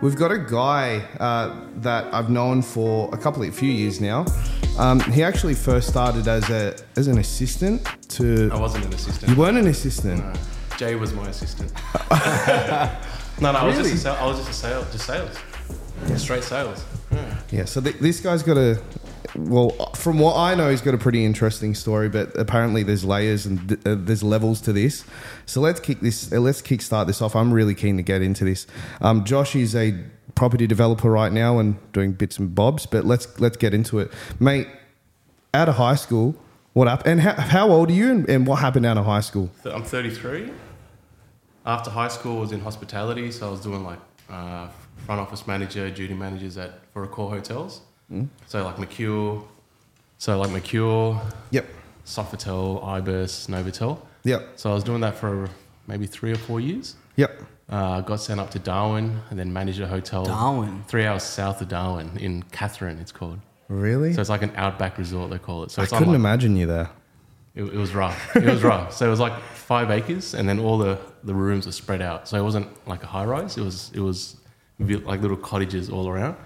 We've got a guy uh, that I've known for a couple of few years now. Um, he actually first started as a as an assistant to. I wasn't an assistant. You weren't an assistant. No. Jay was my assistant. no, no, I was just a sales. I was just a sales, just sales, straight sales. Yeah. So th- this guy's got a. Well, from what I know, he's got a pretty interesting story, but apparently there's layers and th- uh, there's levels to this. So let's kick this. Uh, let's kickstart this off. I'm really keen to get into this. Um, Josh is a property developer right now and doing bits and bobs, but let's let's get into it, mate. Out of high school, what up? And how, how old are you? And, and what happened out of high school? Th- I'm 33. After high school, I was in hospitality, so I was doing like uh, front office manager, duty managers at for core hotels. So like Mercure, so like Mercure, Yep. Sofitel, Ibis, Novotel. Yep. So I was doing that for maybe three or four years. Yep. Uh, got sent up to Darwin and then managed a hotel Darwin. three hours south of Darwin in Catherine, it's called. Really? So it's like an outback resort, they call it. So I it's couldn't on like, imagine you there. it, it was rough. It was rough. So it was like five acres, and then all the, the rooms were spread out. So it wasn't like a high rise. It was it was vi- like little cottages all around.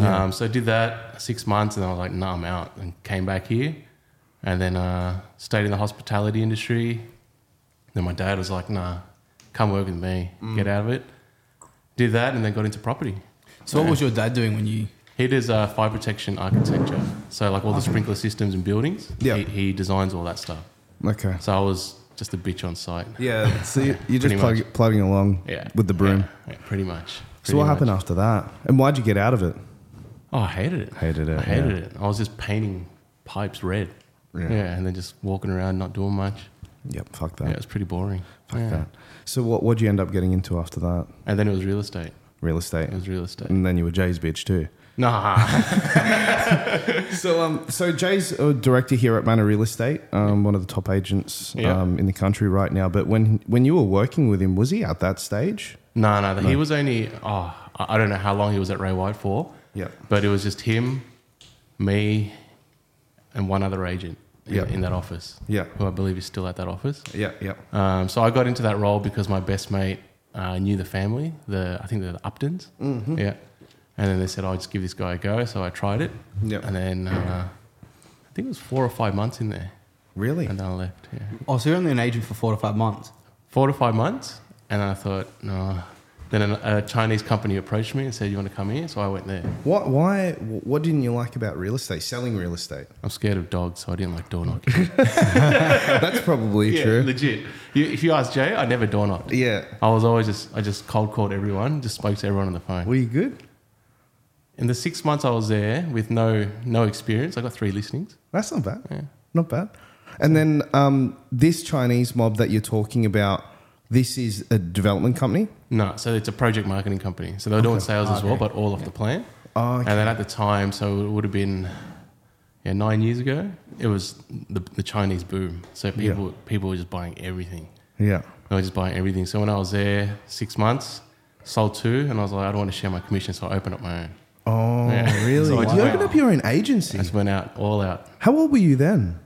Um, so I did that six months, and I was like, nah, I'm out, and came back here, and then uh, stayed in the hospitality industry. Then my dad was like, nah, come work with me, get out of it. Did that, and then got into property. So what was your dad doing when you? It is uh, fire protection architecture. So like all the sprinkler systems and buildings, Yeah. he, he designs all that stuff. Okay. So I was just a bitch on site. Yeah. So you- you're just Pretty plug, much. plugging along Yeah. with the broom. Yeah, yeah, pretty much. So what happened after that? And why'd you get out of it? Oh, I hated it. Hated it, I hated yeah. it. I was just painting pipes red. Yeah. Yeah. and then just walking around, not doing much. Yep, fuck that. Yeah, it was pretty boring. fuck Yeah. that. So what what'd you end up getting into after that? And then it was real estate. Real estate. It was real estate. And then you were Jay's bitch too. Nah. So um so Jay's a director here at Manor Real Estate, um, one of the top agents Yeah. um, in the country right now. But when when you were working with him, was he at that stage? No, no, he was only, oh, I I don't know how long he was at Ray White for. Yeah. But it was just him, me, and one other agent in, Yeah. in that office, Yeah. who I believe is still at that office. Yeah, yeah. Um, so I got into that role because my best mate uh, knew the family, the I think they're the Uptons. Mm-hmm. Yeah. And then they said, I'll just give this guy a go. So I tried it. Yeah. And then uh, I think it was four or five months in there. Really? And then I left. Yeah. Oh, so you're only an agent for four to five months. Four to five months. And then I thought, no. Then an, a Chinese company approached me and said, You want to come here? So I went there. What why what didn't you like about real estate? Selling real estate. I'm scared of dogs, so I didn't like door knocking. That's probably Yeah, true. legit. You, if you ask Jay, I never door knocked. Yeah. I was always just I just cold called everyone, just spoke to everyone on the phone. Were you good? In the six months I was there with no no experience, I got three listings. That's not bad. Yeah. Not bad. And then um, this Chinese mob that you're talking about, this is a development company. No, so it's a project marketing company. So they were doing sales as well, Okay. but all off the plan. Oh, And then at the time, so it would have been yeah nine years ago. It was the, the Chinese boom. So people people were just buying everything. yeah. They were just buying everything. So when I was there six months, sold two, and I was like, I don't want to share my commission, so I opened up my own. Oh, Yeah. really? So I you wow. opened up your own agency. I just went out all out. How old were you then?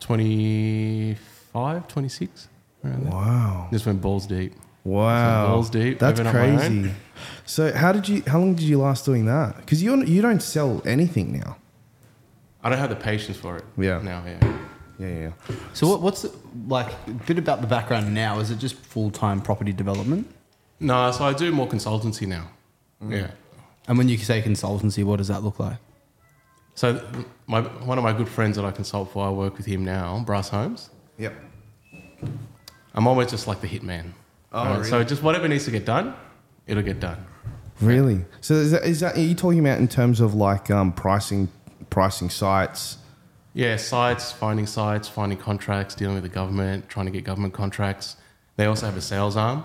25, 26. around there. Wow. Just went balls deep. Wow. balls deep, That's open up my own. crazy. So how did you? How long did you last doing that? Because you you don't sell anything now. I don't have the patience for it. Yeah. Now, yeah. Yeah, yeah. So what, what's the, like a bit about the background now? Is it just full time property development? No, so I do more consultancy now. Mm. Yeah. And when you say consultancy, what does that look like? So th- my one of my good friends that I consult for, I work with him now, Brass Holmes. Yep. I'm almost just like the hitman. Oh, Right? So just whatever needs to get done, it'll get done. Really? So is that, is that are you talking about in terms of like um, pricing, pricing sites? Yeah, sites, finding sites, finding contracts, dealing with the government, trying to get government contracts. They also have a sales arm.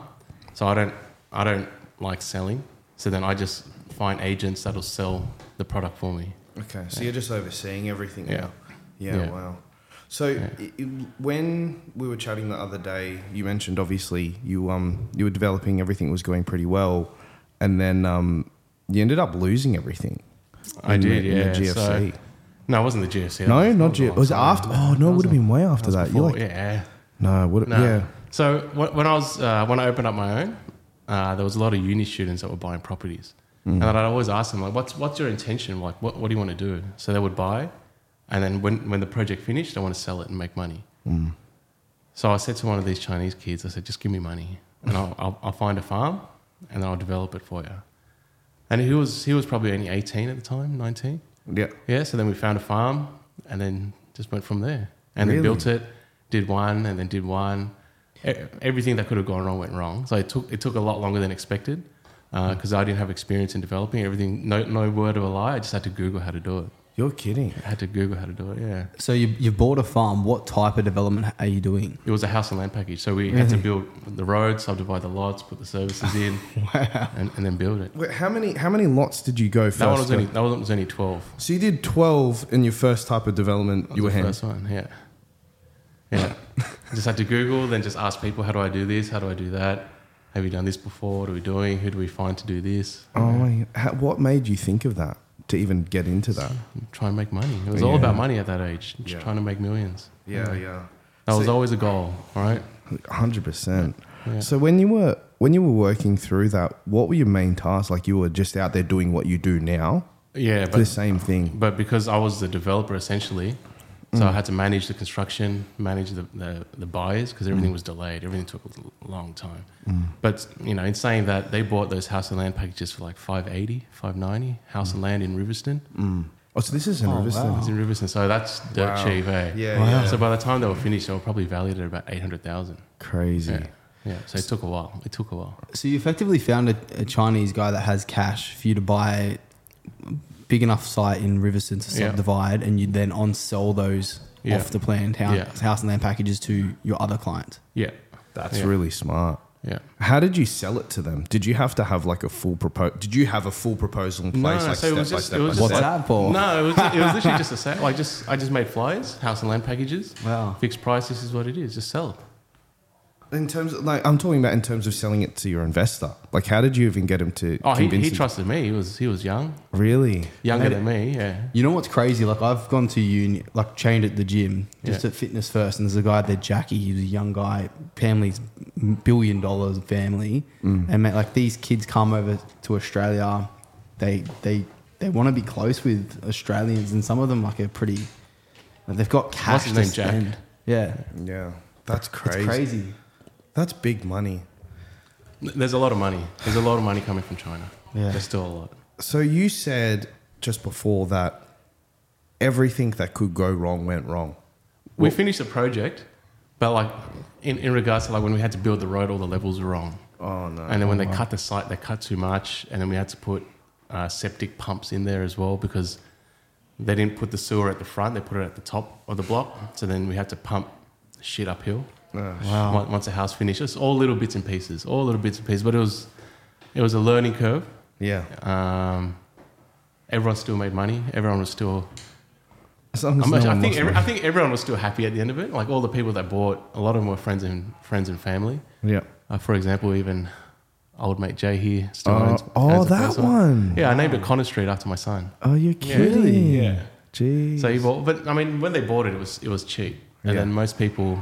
So I don't I don't like selling. So then I just find agents that'll sell the product for me. Okay, so you're just overseeing everything Yeah. now. Yeah, Yeah. wow. So i i when we were chatting the other day, you mentioned obviously you um you were developing everything was going pretty well, and then um you ended up losing everything. I in did, the, in yeah. the GFC. So, no, it wasn't the GFC. no, That not that GFC. a Was it long after? time Oh no, it would have been way after that. ago. You're Before- like yeah. no, would No. yeah. So wh- when I was uh, when I opened up my own, uh, there was a lot of uni students that were buying properties. And I'd always ask them, like, what's, what's your intention? Like, what, what do you want to do? So they would buy. And then when, when the project finished, they want to sell it and make money. So I said to one of these Chinese kids, I said, just give me money and I'll, I'll, I'll find a farm and I'll develop it for you. And he was, he was probably only 18 at the time, 19. Yeah. Yeah, so then we found a farm and then just went from there. And Really? then built it, did one and then did one. E- Everything that could have gone wrong went wrong. So it took it took a lot longer than expected because I didn't have experience in developing everything. No, no word of a lie. I just had to Google how to do it. You're kidding. I had to Google how to do it. Yeah, So you you bought a farm. What type of development are you doing? it was a house and land package. So we had to build the roads, subdivide the lots, put the services in, and, and then build it. Wait, how many how many lots did you go first? That one was only that one was only twelve. so you did twelve in your first type of development. That You were was the hand. first one, yeah. Yeah. just had to Google, then just ask people, how do I do this? How do I do that? Have you done this before? What are we doing? Who do we find to do this? Oh my! How, what made you think of that to even get into that? Try and make money. It was all Yeah. about money at that age, just Yeah. trying to make millions. yeah. That was So- always a goal, all right? Hundred percent. Yeah. So when you were when you were working through that, what were your main tasks? Like you were just out there doing what you do now, Yeah, the but, same thing. but because I was the developer essentially, so Mm. I had to manage the construction, manage the, the, the buyers because everything Mm. was delayed. Everything took a long time. But, you know, in saying that, they bought those house and land packages for like 580, 590, Mm. house and land in Riverston. Oh, so this is in Oh, Riverston. wow. It's in Riverson, so that's dirt Wow. cheap, eh? Yeah, Wow. yeah. So by the time they were finished, they were probably valued at about eight hundred thousand. Crazy. Yeah, yeah. So it took a while. It took a while. So you effectively found a, a Chinese guy that has cash for you to buy a big enough site in Riverson to Yeah. subdivide, and you then on sell those Yeah. off the planned house, Yeah. house and land packages to your other clients. Yeah, That's Yeah. really smart. yeah. How did you sell it to them? Did you have to have like a full proposal? Did you have a full proposal in place? No, like so it was just- it was What's Just step? that for? No, it was, it was literally just a sale. Like just I just made flyers, house and land packages. Wow. Fixed price. This is what it is. Just sell. In terms, of, like I'm talking about in terms of selling it to your investor. Like, how did you even get him to? Oh, he, convince he him- trusted me. He was he was young, Really? younger Mate. than me. Yeah. You know what's crazy? Like I've gone to uni, like trained at the gym, just Yeah. at fitness first, and there's a guy there, Jackie. He was a young guy, family's billion dollars family, Mm. and mate, like these kids come over to Australia, they they they want to be close with Australians, and some of them like are pretty, like, they've got cash. his to name, Jack? spend. Yeah, Yeah, that's crazy. it's crazy. That's big money. There's a lot of money. There's a lot of money coming from China. Yeah. There's still a lot. So you said just before that everything that could go wrong went wrong. We finished the project, but like in, in regards to like when we had to build the road, all the levels were wrong. Oh no! And then when they cut the site, they cut too much, and then we had to put uh, septic pumps in there as well because they didn't put the sewer at the front; they put it at the top of the block. So then we had to pump shit uphill. Uh, Wow. Once, once the house finished, it's all little bits and pieces, all little bits and pieces. But it was it was a learning curve. yeah, Um, everyone still made money. Everyone was still. as long as I'm no actually- one I think lost every, I money. think everyone was still happy at the end of it. Like all the people that bought, a lot of them were friends and friends and family. yeah. Uh, for example, even old mate Jay here still Uh, owns. oh, owns the that first one. Yeah, I named it Connor Street after my son. Oh, you're kidding? Really? Yeah. Jeez. So he bought, but I mean, when they bought it, it was it was cheap, and Yeah. then most people,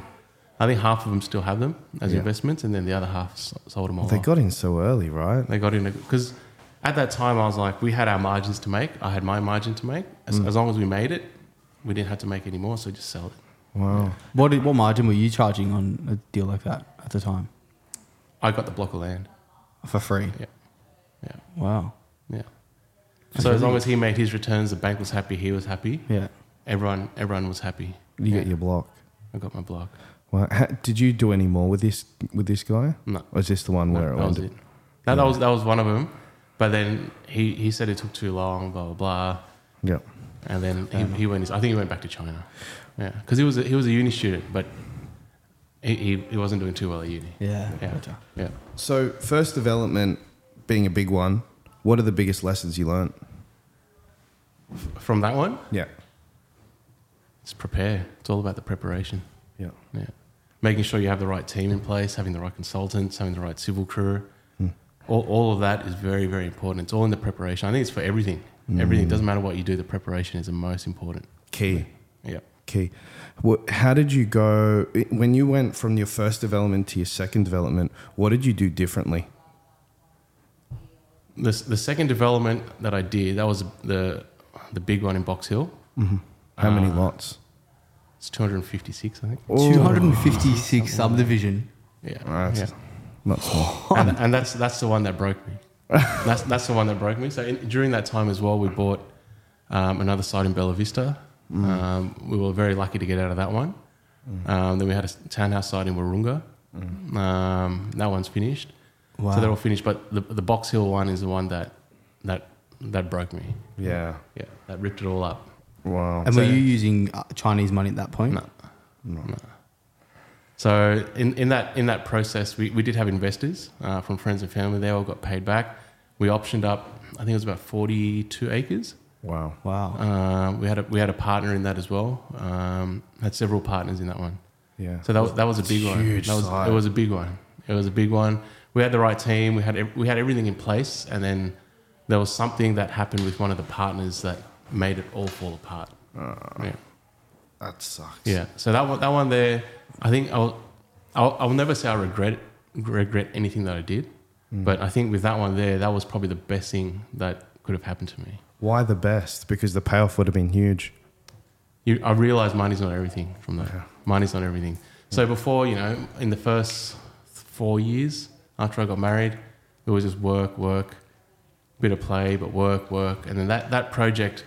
I think half of them still have them as Yeah. investments, and then the other half s- sold them all. they off. got in so early, right? they got in because at that time I was like, we had our margins to make. I had my margin to make. As, Mm. as long as we made it, we didn't have to make any more, so just sell it. Wow. What did, what margin were you charging on a deal like that at the time I got the block of land. for free? Yeah. Yeah. Wow. Yeah. So as long as he made his returns, the bank was happy, he was happy. Yeah. Everyone, everyone was happy. You get your block. I got my block. Wow. Ha did you do any more with this with this guy? No, Or is this the one no, where it that was ended? it. No, that was that was one of them. But then he, he said it took too long, blah blah blah. Yeah. And then he, he went. I think he went back to China. Yeah, because he was a, he was a uni student, but he, he, he wasn't doing too well at uni. Yeah. Yeah. Gotcha. Yeah. So first development being a big one. What are the biggest lessons you learned? From that one, Yeah. it's prepare. It's all about the preparation. Yeah. Yeah. Making sure you have the right team in place, having the right consultants, having the right civil crew. All, all of that is very, very important. It's all in the preparation. I think it's for everything. Everything doesn't matter what you do, the preparation is the most important. Key. Yeah. Key. What, how did you go when you went from your first development to your second development? What did you do differently? the, the second development that I did, that was the the big one in Box Hill. How many Uh, lots? It's 256, I think. Two hundred and fifty-six subdivision. Yeah. That's yeah. not small. and, and that's that's the one that broke me. That's that's the one that broke me. So in, during that time as well, we bought um, another site in Bella Vista. Um, we were very lucky to get out of that one. Um, then we had a s- townhouse site in Warunga. Um, that one's finished. Wow. So they're all finished, but the, the Box Hill one is the one that that that broke me. Yeah. Yeah, that ripped it all up. Wow. And So- were you using uh, Chinese money at that point? No. No. So in, in that in that process, we, we did have investors uh, from friends and family. They all got paid back. We optioned up. I think it was about forty two acres. Wow. Wow. Um, we had a, we had a partner in that as well. Um, had several partners in that one. Yeah. So that was, that was a big one. Huge That was, site. it was a big one. It was a big one. We had the right team. We had ev- we had everything in place, and then there was something that happened with one of the partners that made it all fall apart. Ah. yeah. that sucks. Yeah. So that one, that one there, I think I'll, I'll, I'll never say I regret regret anything that I did, Mm. but I think with that one there, that was probably the best thing that could have happened to me. Why the best? Because the payoff would have been huge. You, I realized money's not everything from that. Money's not everything. So before, you know, in the first four years after I got married, it was just work, work, bit of play, but work, work, and then that that project.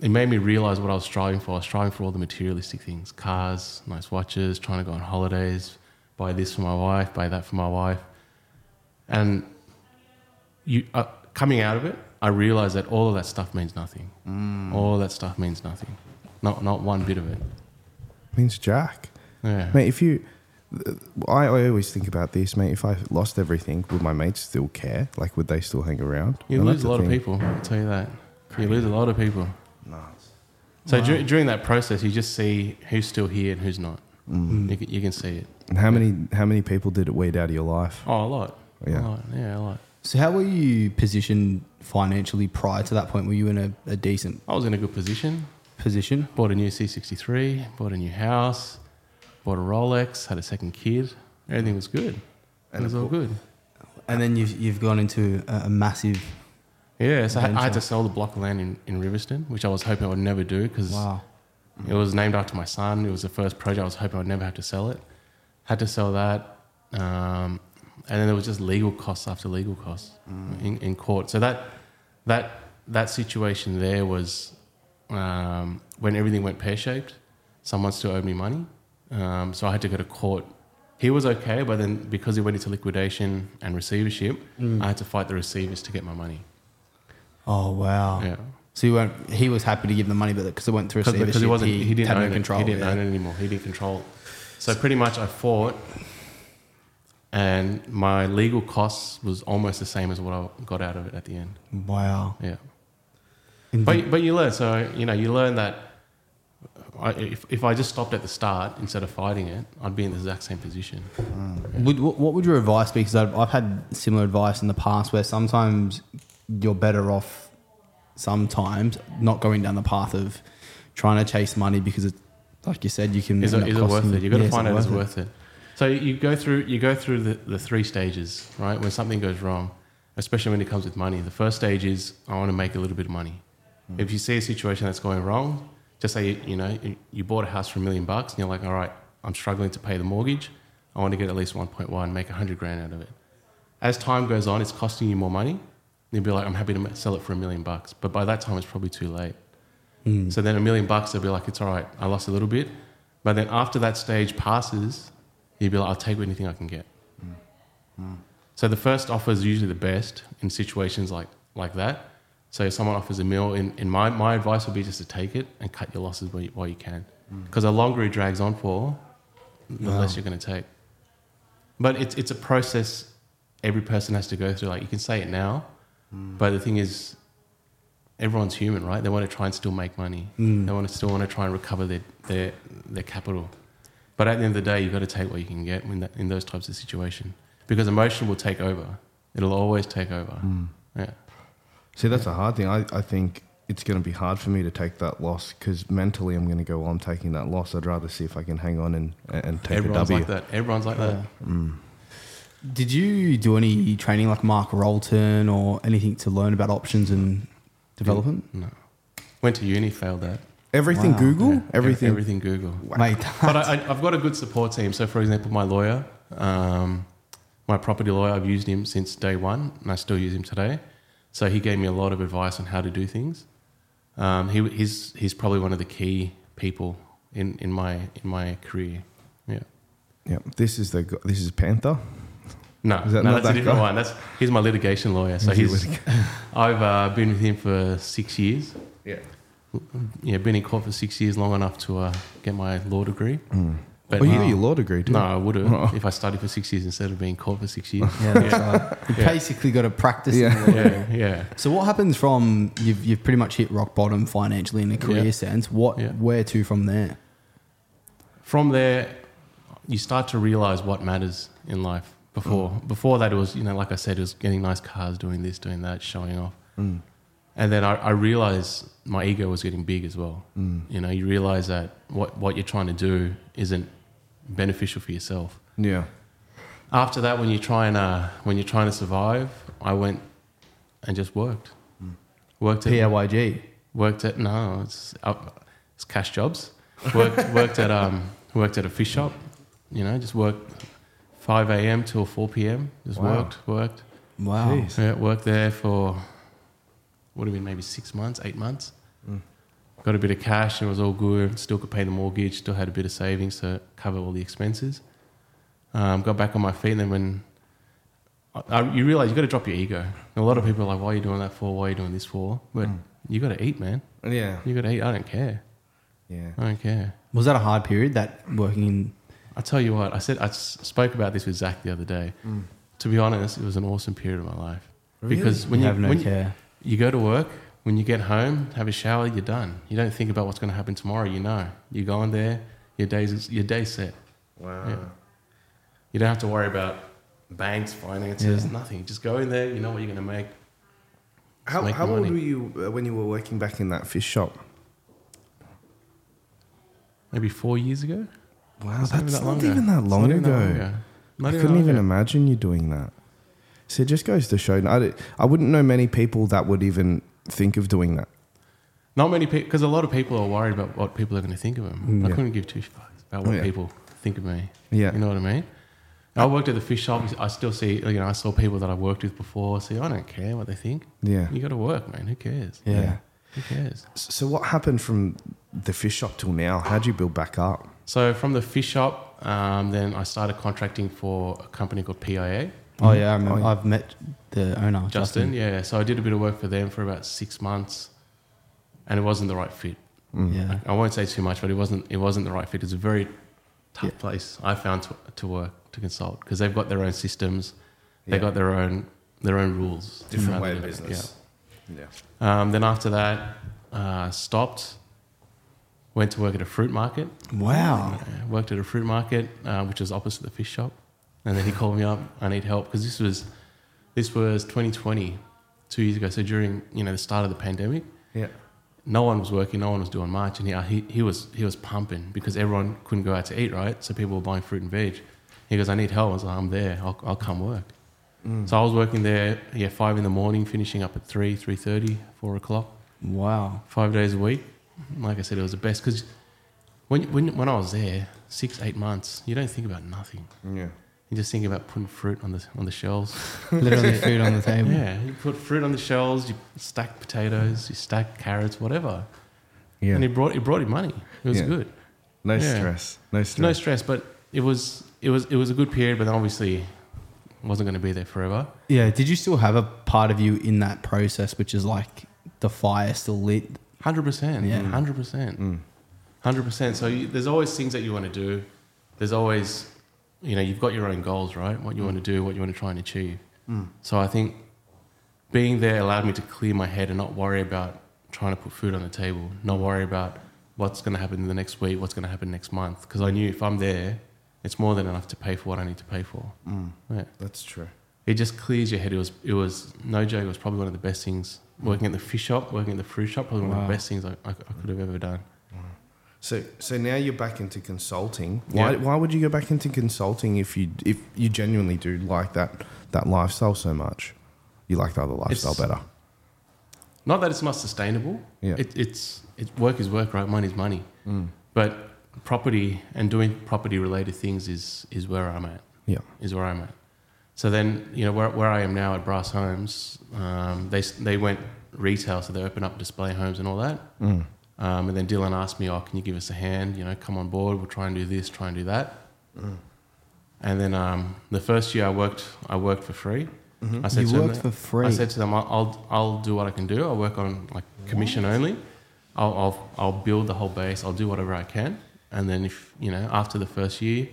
It made me realize what I was striving for. I was striving for all the materialistic things cars, nice watches, trying to go on holidays, buy this for my wife, buy that for my wife. And you, uh, coming out of it, I realized that all of that stuff means nothing. All of that stuff means nothing. Not, not one bit of it. Means Jack. Yeah. Mate, if you. I, I always think about this, mate. If I lost everything, would my mates still care? Like, would they still hang around? You And lose that's a the lot of thing. people, I'll tell you that. You lose a lot of people. Nuts. So dur- during that process, you just see who's still here and who's not. Mm. You, can, you can see it. And how many how many people did it weed out of your life? Oh, a lot. Yeah. A lot. Yeah, a lot. So how were you positioned financially prior to that point? Were you in a, a decent I was in a good position. position? Bought a new C63, bought a new house, bought a Rolex, had a second kid. Everything was good. it was all good. And then you've, you've gone into a, a massive Yeah, so I had- I had to Venture. sell the block of land in, in Riverston, which I was hoping I would never do because wow. it was named after my son. It was the first project I was hoping I'd never have to sell it. Had to sell that. Um, and then there was just legal costs after legal costs in, in court. So that, that, that situation there was um, when everything went pear shaped, someone still owed me money. Um, so I had to go to court. He was okay, but then because he went into liquidation and receivership, I had to fight the receivers to get my money. Oh wow. Yeah. So you weren't. He was happy to give the money, but because it went through a because because receivership, he wasn't he, he, didn't had own no control. it. He didn't yeah. own it anymore. He didn't control. it. So pretty much, I fought, and my legal costs was almost the same as what I got out of it at the end. Wow. Yeah, And but but you learn. So you know you learn that. I, if, if I just stopped at the start instead of fighting it, I'd be in the exact same position. Would, what, what would your advice be? Because I've, I've had similar advice in the past where sometimes you're better off sometimes not going down the path of trying to chase money because it, like you said, you can. Is it, end is it up worth costing- it? You've got Yeah, to find out it's it worth it. So you go through you go through the, the three stages, right? When something goes wrong, especially when it comes with money. The first stage is I want to make a little bit of money. Mm. If you see a situation that's going wrong, just say you, you know you- you bought a house for a million bucks and you're like, all right, I'm struggling to pay the mortgage. I want to get at least 1.1, make 100 grand out of it. As time goes on, it's costing you more money. You'll be like, I'm happy to ma- sell it for a million bucks, but by that time, it's probably too late. So then a million bucks, they'll be like, it's all right, I lost a little bit. But then after that stage passes, you'd be like, I'll take anything I can get. So the first offer is usually the best in situations like, like that. So if someone offers a meal, in, in my, my advice would be just to take it and cut your losses while you, while you can. Because the longer it drags on for, the less you're going to take. But it's, it's a process every person has to go through. Like you can say it now, but the thing is, everyone's human, right? They want to try and still make money. They Mm. want to still want to try and recover their, their, their capital. But at the end of the day, you've got to take what you can get in, that, in those types of situation because emotion will take over. It'll always take over. Mm. Yeah. See, that's a hard thing. I, I think it's going to be hard for me to take that loss because mentally I'm going to go, well, I'm taking that loss. I'd rather see if I can hang on and, and take Everyone's a W. Mm. like that. Everyone's like that. Did you do any training like Mark Rolton or anything to learn about options and development? No. Went to uni, failed that. Everything Wow. Google, Yeah, ev- everything. Everything Google. Mate, But I, I- I've got a good support team. So, for example, my lawyer, um, my property lawyer, I've used him since day one, and I still use him today. So he gave me a lot of advice on how to do things. Um, he, he's he's probably one of the key people in, in my in my career. Yeah. Yep. This is the go- this is Panther. No, Is that no, not that's that a different guy? one. That's he's my litigation lawyer. So He's your he's I've uh, been with him for six years. Yeah. Yeah, been in court for six years, long enough to uh, get my law degree. Well, mm. But Oh, you he- got your law degree too. No, I would have Oh. if I studied for six years instead of being caught for six years. yeah, that's right. You Yeah. basically got to practice. Yeah. in the world. yeah, yeah. So what happens from you've you've pretty much hit rock bottom financially in a career Yeah. sense? What Yeah. where to from there? From there, you start to realize what matters in life. Before, Mm. before that, it was you know, like I said, it was getting nice cars, doing this, doing that, showing off. Mm, And then I, I realized my ego was getting big as well. mm. You know, you realize that what what you're trying to do isn't beneficial for yourself. Yeah. after that, when you try and uh, when you're trying to survive, I went and just worked, Mm. worked at PAYG. worked at no, it's up, it's cash jobs. Worked worked at um worked at a fish shop, you know, just worked five a.m. till four p.m. Just Wow. worked worked Wow. Jeez. yeah worked there for what have been maybe six months, eight months. Got a bit of cash and it was all good. Still could pay the mortgage. Still had a bit of savings to cover all the expenses. Um, got back on my feet, and then when I, I, you realize you got to drop your ego. And a lot of people are like, "Why are you doing that for? Why are you doing this for?" But you got to eat, man. Yeah. You got to eat. I don't care. Yeah. I don't care. Was that a hard period that working in I tell you what. I said I s- spoke about this with Zach the other day. Mm. To be honest, it was an awesome period of my life because when you you have no when, care? You go to work, when you get home, have a shower, you're done. You don't think about what's going to happen tomorrow, you know. You go in there, your day's, your day's set. Wow. Yeah. You don't have to worry about banks, finances, nothing. Just go in there, you know what you're going to make. How, Make how old money. were you uh, when you were working back in that fish shop? Maybe four years ago? Wow, It's not that's that not long ago. even that It's long not even that ago. long ago. Not I even couldn't that long even ago. imagine you doing that. So it just goes to show. I, don't- I wouldn't know many people that would even think of doing that. Not many people, because a lot of people are worried about what people are going to think of them. I Mm, Yeah. Oh, couldn't give two fucks about what Yeah. people think of me. Yeah. You know what I mean? I worked at the fish shop. I still see, you know, I saw people that I worked with before. See, I don't care what they think. Yeah. You got to work, man. Who cares? Yeah. Who cares? So what happened from the fish shop till now? How'd you build back up? So from the fish shop, um, then I started contracting for a company called PIA. Oh yeah, I remember. Oh, yeah. I've met the owner, Justin, Justin. yeah. So I did a bit of work for them for about six months, and it wasn't the right fit. Yeah. I won't say too much, but it wasn't it wasn't the right fit. It's a very tough place I found to, to work to consult because they've got their own systems, they Yeah. got their own their own rules, how they do it. Yeah. Yeah. Um, then after that, uh, stopped. Went to work at a fruit market. Wow. Uh, worked at a fruit market, uh, which was opposite the fish shop. And then he called me up. I need help because this was this was 2020, two years ago. So during you know the start of the pandemic, Yeah. no one was working, no one was doing much, and he, uh, he, he was he was pumping because everyone couldn't go out to eat, right? So people were buying fruit and veg. He goes, "I need help." I was like, "I'm there. I'll, I'll come work." So I was working there, yeah, five in the morning, finishing up at three, three thirty, four o'clock, Wow. five days a week. Like I said, it was the best because when, when when I was there, six eight months, you don't think about nothing. Yeah. You just think about putting fruit on the on the shelves. Literally food on the table. yeah, you put fruit on the shelves. You stack potatoes. You stack carrots, whatever. Yeah. And it brought it brought him money. It was Yeah. good. no yeah. stress. No stress. No stress, but it was it was it was a good period, but then obviously wasn't going to be there forever. Yeah. Did you still have a part of you in that process, which is like the fire still lit? Hundred percent. Yeah. Hundred percent. Hundred percent. So you, there's always things that you want to do. There's always, you know, you've got your own goals, right? What you want to do, what you want to try and achieve. So I think being there allowed me to clear my head and not worry about trying to put food on the table, not worry about what's going to happen in the next week, what's going to happen next month, because I knew if I'm there, it's more than enough to pay for what I need to pay for. Yeah. That's true. it just clears your head. It was it was no joke. It was probably one of the best things. Working at the fish shop, working at the fruit shop, probably one of Wow. the best things I, I, I could have ever done. So so now you're back into consulting. Yeah. Why why would you go back into consulting if you if you genuinely do like that that lifestyle so much? You like the other lifestyle It's- better. Not that it's not sustainable. Yeah. Mm. It, it's it, work is work, right? Money is money. But property and doing property related things is is where I'm at. Yeah. is where I'm at. So then, you know, where, where I am now at Brass Homes, um, they, s- they went retail, so they opened up display homes and all that. Um, and then Dylan asked me, oh, can you give us a hand? You know, come on board. We'll try and do this, try and do that. Mm. And then um, the first year I worked, I worked for free. I Mm-hmm. You to worked them, for free? I said to them, I'll, I'll, I'll do what I can do. I'll work on like commission only. I'll, I'll, I'll build the whole base. I'll do whatever I can. And then if, you know, after the first year,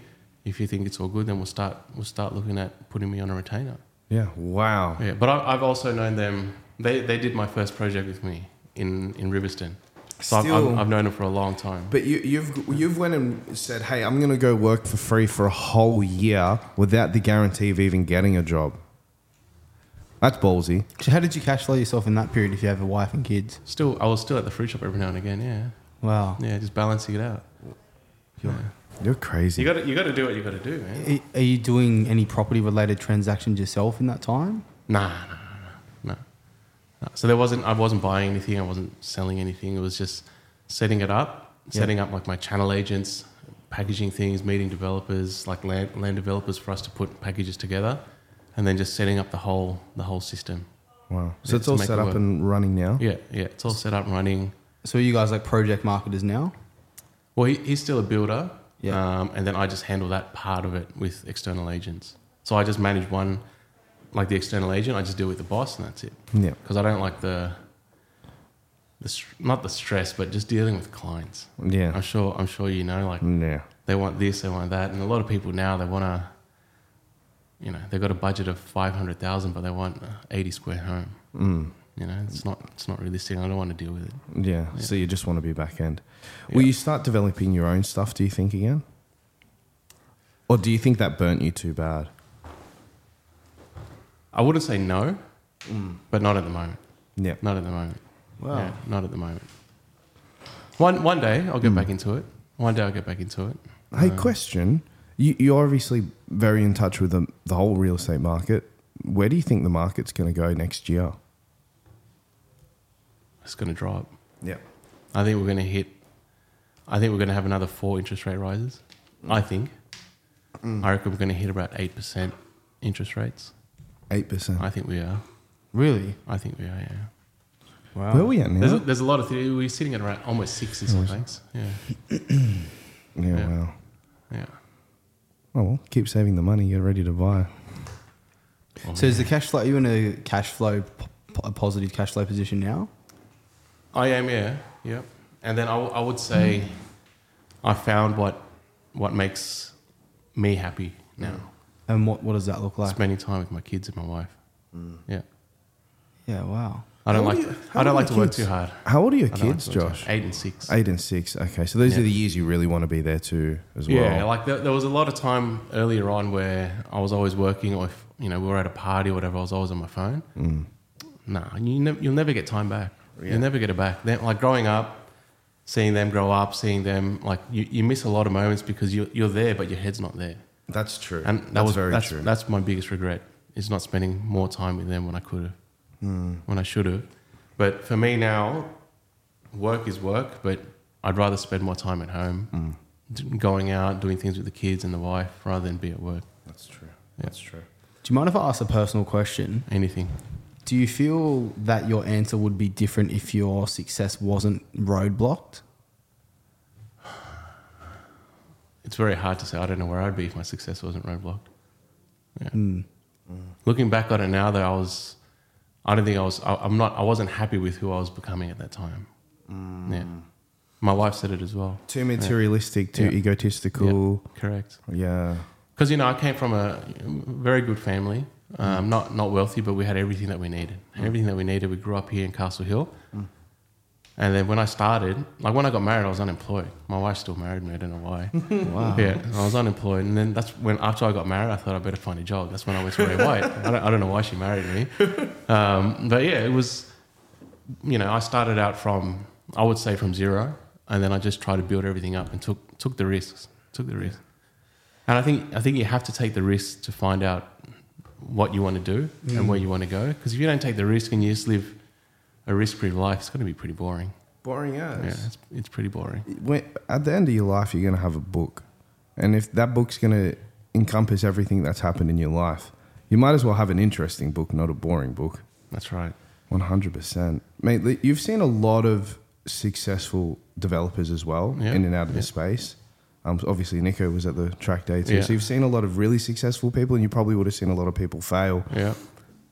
if you think it's all good, then we'll start, we'll start looking at putting me on a retainer. Yeah. Wow. Yeah, but I, I've also known them. They, they did my first project with me in, in Riverston. So I've, Still- I've, I've known them for a long time. But you, you've you've went and said, "Hey, I'm going to go work for free for a whole year without the guarantee of even getting a job." That's ballsy. So how did you cash flow yourself in that period if you have a wife and kids? Still, I was still at the fruit shop every now and again. Yeah, Wow. yeah, just balancing it out. Yeah. You're You crazy. got to you got to do what you got to do, man. I- Are you doing any property related transactions yourself in that time? Nah, nah, nah, nah, nah. nah. So there wasn't. I wasn't buying anything. I wasn't selling anything. It was just setting it up, setting up like my channel agents, packaging things, meeting developers, like land land developers for us to put packages together, and then just setting up the whole the whole system. wow. So Yeah, it's to all make set it up work. and running now. Yeah, yeah. It's all set up, and running. So are you guys like project marketers now? Well, he, he's still a builder. Yeah. Um, and then I just handle that part of it with external agents. So I just manage one, like the external agent. I just deal with the boss, and that's it. Yeah. Because I don't like the, the str- not the stress, but just dealing with clients. I'm Yeah. sure. I'm sure you know. Like Yeah. they want this, they want that, and a lot of people now they want to. You know, they've got a budget of five hundred thousand, but they want a eighty square home. Mm. You know, it's not. It's not realistic. I don't want to deal with it. yeah. Yeah. So you just want to be back end. Yeah. Will you start developing your own stuff? Do you think again? Or do you think that burnt you too bad? I wouldn't say no, but not at the moment. Yeah. Not at the moment. Wow. Yeah, not at the moment. One one day I'll get back into it. One day I'll get back into it. Hey, Uh, question. You, you're obviously very in touch with the, the whole real estate market. Where do you think the market's going to go next year? It's going to drop. Yeah. I think we're going to hit. I think we're going to have another four interest rate rises. I think. I reckon we're going to hit about eight percent interest rates. 8%. I think we are. Really? I think we are. Yeah. Wow. Where are we at There's, now? a, there's a lot of theory. We're sitting at around almost sixes. I think. Yeah. yeah, yeah. wow. Yeah. Oh, well, keep saving the money. You're ready to buy. So is the cash flow? Are you in a cash flow, p- p- a positive cash flow position now? I am, yeah, yeah. And then I, w- I would say I found what what makes me happy now. Mm. And what, what does that look like? Spending time with my kids and my wife. Yeah, Yeah. Wow. I Mm. don't How like old are you- how I don't old are like to your work kids? too hard. How old are your I don't like kids, to work too hard. Josh? Eight and six. Eight and six. Okay, so those Yeah. are the years you really want to be there too, as well. Yeah, like there, there was a lot of time earlier on where I was always working, or if you know we were at a party or whatever, I was always on my phone. Nah, you ne- you'll never get time back. Yeah. You'll never get it back. Then, like growing up, seeing them grow up, seeing them like you, you miss a lot of moments because you're you're there, but your head's not there. that's true. And that that's was very that's, true. That's my biggest regret is not spending more time with them when I could have, when I should have. But for me now, work is work. But I'd rather spend more time at home, d- going out, doing things with the kids and the wife, rather than be at work. that's true. Yeah. That's true. Do you mind if I ask a personal question? Anything. Do you feel that your answer would be different if your success wasn't roadblocked? It's very hard to say. I don't know where I'd be if my success wasn't roadblocked. Yeah. Hmm. Looking back on it now, though, I was. I don't think I was. I, I'm not. I wasn't happy with who I was becoming at that time. Yeah. My wife said it as well. Too materialistic, too Yeah. egotistical. Yeah, correct. Yeah. Because you know, I came from a very good family, um, not not wealthy, but we had everything that we needed. Everything that we needed. We grew up here in Castle Hill, and then when I started, like when I got married, I was unemployed. My wife still married me. I don't know why. Wow. yeah, I was unemployed, and then that's when after I got married, I thought I better find a job. That's when I went to Ray White. I don't, I don't know why she married me, um, but yeah, it was. You know, I started out from I would say from zero, and then I just tried to build everything up and took took the risks, took the risks. And I think I think you have to take the risks to find out what you want to do and where you want to go. Because if you don't take the risk and you just live a risk-free life, it's going to be pretty boring. Boring Yeah, ass. it's, it's pretty boring. when, at the end of your life, you're going to have a book. And if that book's going to encompass everything that's happened in your life, you might as well have an interesting book, not a boring book. That's right. 100%. Mate, li- you've seen a lot of successful developers as well Yeah. in and out of the Yeah. space. Um, obviously, Nico was at the track day too. Yeah. So you've seen a lot of really successful people, and you probably would have seen a lot of people fail. Yeah.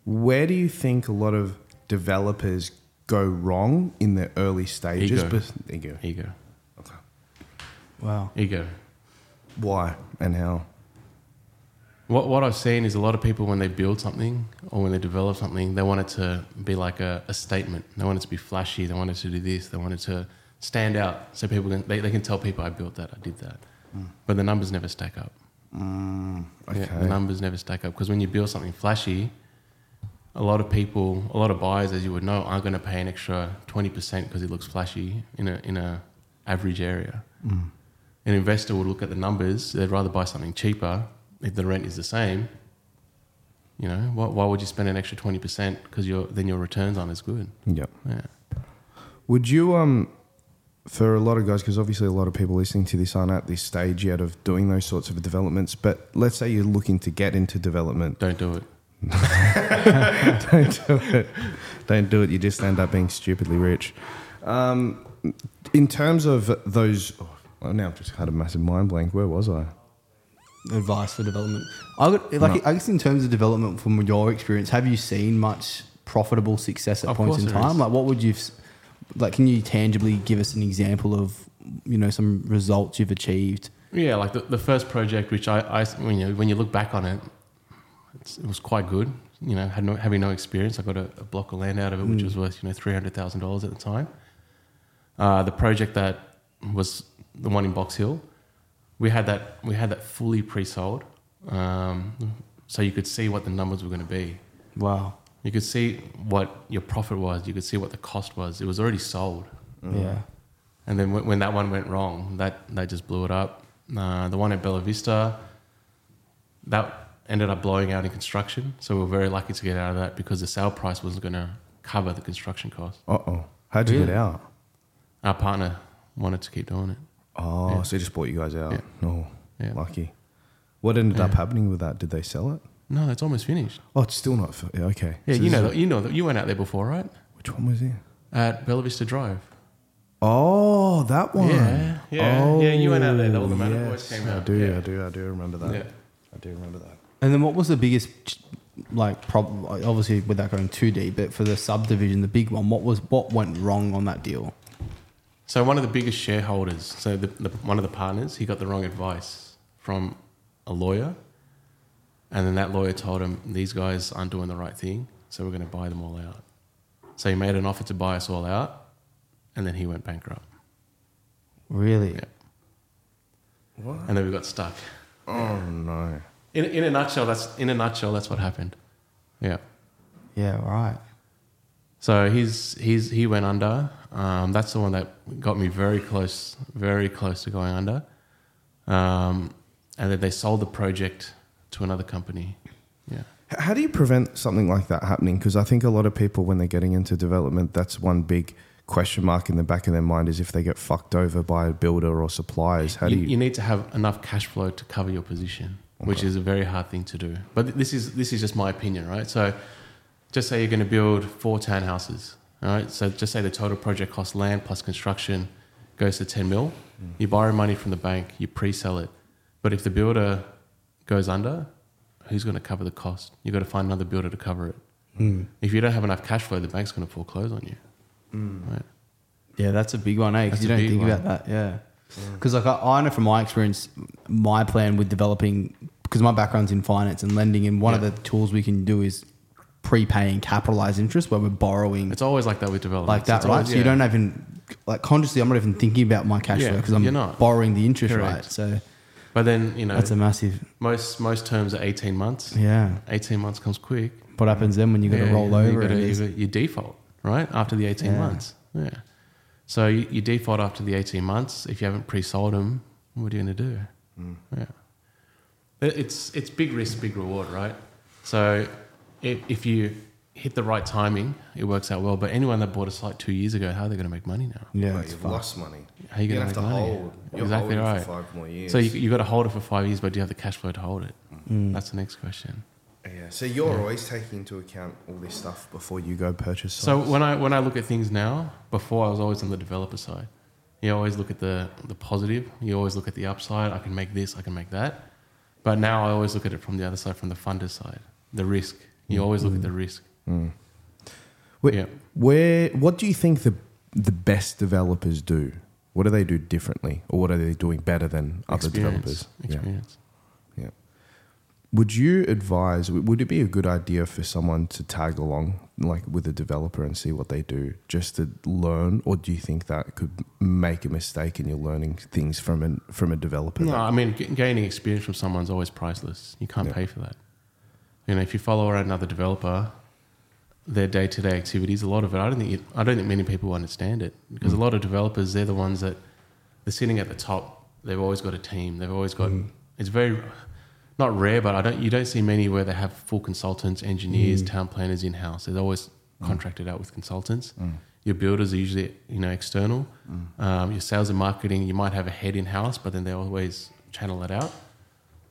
Where do you think a lot of developers go wrong in the early stages? Ego. Bes- ego. Ego. Okay. Wow. Ego. Why and how? What what I've seen is a lot of people when they build something or when they develop something, they want it to be like a, a statement. They want it to be flashy. They want it to do this. They want it to stand out so people can they, they can tell people I built that, I did that. But the numbers never stack up. Mm, Okay. Yeah, the numbers never stack up because when you build something flashy, a lot of people, a lot of buyers, as you would know, aren't going to pay an extra twenty percent because it looks flashy in a in a average area. An investor would look at the numbers; they'd rather buy something cheaper if the rent is the same. You know, why, why would you spend an extra twenty percent? Because your then your returns aren't as good. Yep. Yeah, Would you um for a lot of guys because obviously a lot of people listening to this aren't at this stage yet of doing those sorts of developments, but let's say you're looking to get into development. don't do it. Don't do it. Don't do it. You just end up being stupidly rich. Um, in terms of those, oh, well, now I've just had a massive mind blank. Where was I? Advice for development. I would, like, I guess in terms of development from your experience, have you seen much profitable success at Of points course in there time? is. Like, what would you, s- like, can you tangibly give us an example of, you know, some results you've achieved? Yeah, like the, the first project, which I, I when, you, when you look back on it, it's, it was quite good. You know, had no, having no experience, I got a, a block of land out of it, which was worth you know three hundred thousand dollars at the time. Uh, the project that was the one in Box Hill, we had that we had that fully pre-sold, um, so you could see what the numbers were going to be. Wow. You could see what your profit was. You could see what the cost was. It was already sold. Yeah. And then when, when that one went wrong, that, that just blew it up. Uh, the one at Bella Vista, that ended up blowing out in construction. So we were very lucky to get out of that because the sale price wasn't going to cover the construction cost. Uh oh. How'd you get Really? out? Our partner wanted to keep doing it. Oh, Yeah. so they just bought you guys out. Yeah. No, Yeah. lucky. What ended up Yeah. happening with that? Did they sell it? No, it's almost finished. Oh, it's still not. f- yeah, Okay. Yeah, So you this know is- that. You know that. You went out there before, right? Which one was it? At Bella Vista Drive. Oh, that one. Yeah, yeah, oh, yeah, you went out there, the old man yes, voice came I out, do, yeah. I do, I do remember that. Yeah. I do remember that. And then what was the biggest like problem? Obviously, without going too deep, but for the subdivision, the big one, what was what went wrong on that deal? So one of the biggest shareholders, so the, the, one of the partners, he got the wrong advice from a lawyer, and then that lawyer told him these guys aren't doing the right thing, so we're going to buy them all out. So he made an offer to buy us all out, and then he went bankrupt. Really? Yeah, What? and then we got stuck. Oh no. In, in a nutshell, that's in a nutshell, that's what happened. Yeah. Yeah. Right. So he's he's he went under. Um, that's the one that got me very close, very close to going under. Um, and then they sold the project to another company. Yeah, H- How do you prevent something like that happening? Because I think a lot of people, when they're getting into development, that's one big question mark in the back of their mind is if they get fucked over by a builder or suppliers. How you, do you? you need to have enough cash flow to cover your position, which is a very hard thing to do. But th- this is this is just my opinion, right? So, just say you're going to build four townhouses. All right. So just say the total project cost, land plus construction, goes to ten mil. Hmm. You borrow money from the bank, you pre-sell it. But if the builder goes under, who's going to cover the cost? You've got to find another builder to cover it. Hmm. If you don't have enough cash flow, the bank's going to foreclose on you. Hmm. Right? Yeah, that's a big one, eh? Because That's you a don't big think one. about that. Yeah. Because like I, I know from my experience, my plan with developing because my background's in finance and lending, and one Yeah. of the tools we can do is prepaying capitalized interest where we're borrowing It's always like that with development. like that, right? So you don't even like consciously. I'm not even thinking about my cash Yeah, flow because I'm you're not. borrowing the interest, Correct. right? So But then you know that's a massive, most most terms are eighteen months. yeah. 18 months comes quick. What happens then when you got to Yeah, roll you over? gotta- and you just- got- you default, right? After the 18 Yeah. months. Yeah. So you, you default after the 18 months. If you haven't pre-sold them, what are you going to do? Hmm. Yeah. It- It's, it's big risk, big reward, right? So if, if you hit the right timing, it works out well. But anyone that bought a site two years ago, how are they going to make money now? Yeah, Mate, it's you've fucked. lost money. How are you You're going to gonna make have to money? hold. You're exactly holding right. for five more years. Hmm. So you, you've got to hold it for five years, but do you have the cash flow to hold it? That's the next question. yeah. So you're always taking into account all this stuff before you go purchase. So sites. when I when I look at things now, before I was always on the developer side. You always look at the the positive. You always look at the upside. I can make this. I can make that. But now I always look at it from the other side, from the funder side, the risk. You always look at the risk. Mm. Wait, yeah. Where what do you think the the best developers do? What do they do differently, or what are they doing better than other Experience. developers? Experience. Yeah, yeah. Would you advise? w- Would it be a good idea for someone to tag along, like with a developer, and see what they do, just to learn? Or do you think that could make a mistake and you're learning things from an from a developer? No, that- I mean g- gaining experience from someone's always priceless. You can't Yeah. pay for that. You know, if you follow around another developer, their day-to-day activities, a lot of it, I don't think you, I don't think many people understand it because a lot of developers, they're the ones that they're sitting at the top. They've always got a team. They've always got. It's very not rare, but I don't. You don't see many where they have full consultants, engineers, town planners in house. They're always contracted out with consultants. Your builders are usually you know external. Um, your sales and marketing, you might have a head in house, but then they always channel it out.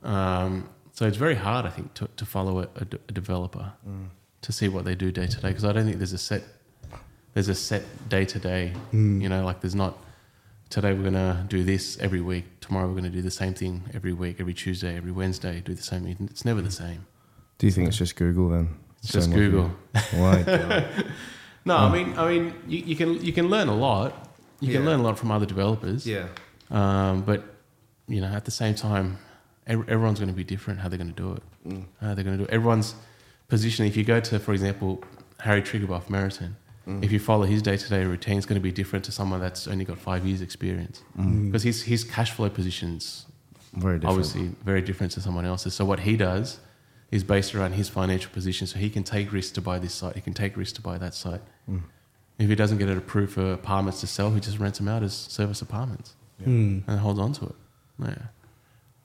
Um, so it's very hard, I think, to, to follow a, a de- a developer to see what they do day to day because I don't think there's a set there's a set day to day. You know, like there's not today we're gonna do this every week. Tomorrow we're gonna do the same thing every week, every Tuesday, every Wednesday. Do the same. thing. It's never the same. Do you think it's just Google then? It's So just much- Google. Why? God. No, I mean, I mean, you, you can you can learn a lot. You can Yeah. learn a lot from other developers. yeah. Um, but you know, at the same time, ev- everyone's going to be different. How they're going to do it? How they're going to do it? Everyone's position. If you go to, for example, Harry Triggerbuff Meriton, if you follow his day-to-day routine, it's going to be different to someone that's only got five years experience because his his cash flow positions Very different. obviously very different to someone else's. So what he does is based around his financial position. So he can take risks to buy this site. He can take risks to buy that site. If he doesn't get it approved for apartments to sell, he just rents them out as service apartments Mm. and holds on to it. Yeah.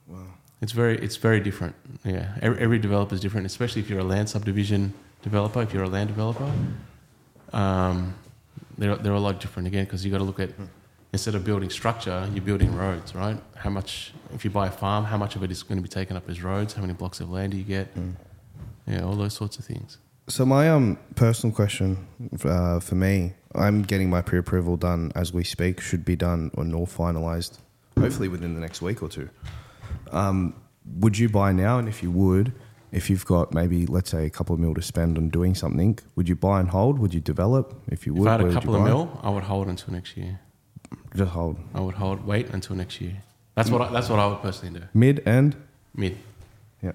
Wow. It's very it's very different. Yeah, every, every developer is different, especially if you're a land subdivision developer. If you're a land developer, um, they're they're a lot different again because you got to look at Hmm. instead of building structure, you're building roads, right? How much if you buy a farm, how much of it is going to be taken up as roads? How many blocks of land do you get? Hmm. Yeah, all those sorts of things. So my um personal question uh, for me, I'm getting my pre-approval done as we speak. Should be done and all finalized, hopefully within the next week or two. Um, would you buy now? And if you would, if you've got maybe let's say a couple of mil to spend on doing something, would you buy and hold? Would you develop? If you would, if I had where would a you couple of buy? mil, I would hold until next year. just hold I would hold wait until next year. That's Hmm. what I, that's what I would personally do. mid and Mid. yeah,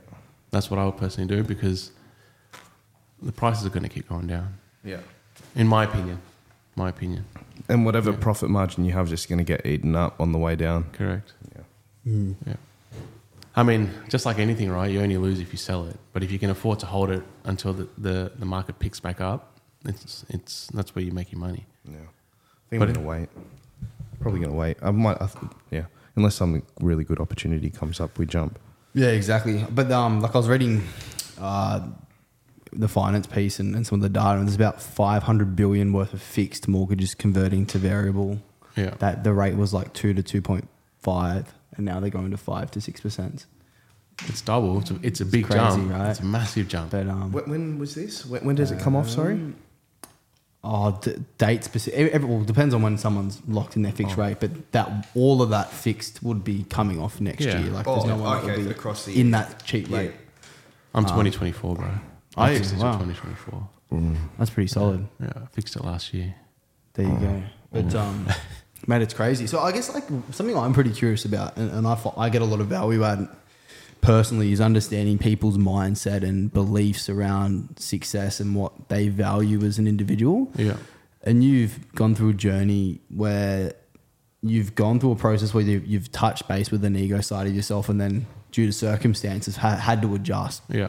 That's what I would personally do because the prices are going to keep going down. yeah. In my opinion. My opinion. And whatever profit margin you have, just going to get eaten up on the way down. Correct. Yeah. Hmm. Yeah. I mean, just like anything, right? You only lose if you sell it. But if you can afford to hold it until the, the, the market picks back up, it's, it's, that's where you make your money. Yeah. I think But we're it- gonna wait. Probably gonna wait. I might. I th- yeah. Unless some really good opportunity comes up, we jump. Yeah, exactly. But um, like I was reading uh, the finance piece and, and some of the data, and there's about 500 billion worth of fixed mortgages converting to variable. Yeah. That the rate was like two to 2.5, and now they're going to five to six percent. It's double. It's a, it's a big crazy, jump. right? It's a massive jump. But um, When, when was this? When, when does it come off? Sorry. Oh, d- date specific. Every, well, depends on when someone's locked in their fixed Oh. rate, but that all of that fixed would be coming off next Yeah. year. Like Oh, there's no one that okay, would be across the in year. that cheap rate. I'm 2024, bro. Are I you? fixed it to um, Wow. 2024. Mm, That's pretty solid. Yeah, I fixed it last year. There you go. But um, man, it's crazy. So I guess like something I'm pretty curious about, and, and I fi- I get a lot of value out personally is understanding people's mindset and beliefs around success and what they value as an individual. Yeah. and you've gone through a journey where you've gone through a process where you've, you've touched base with an ego side of yourself and then due to circumstances ha- had to adjust Yeah.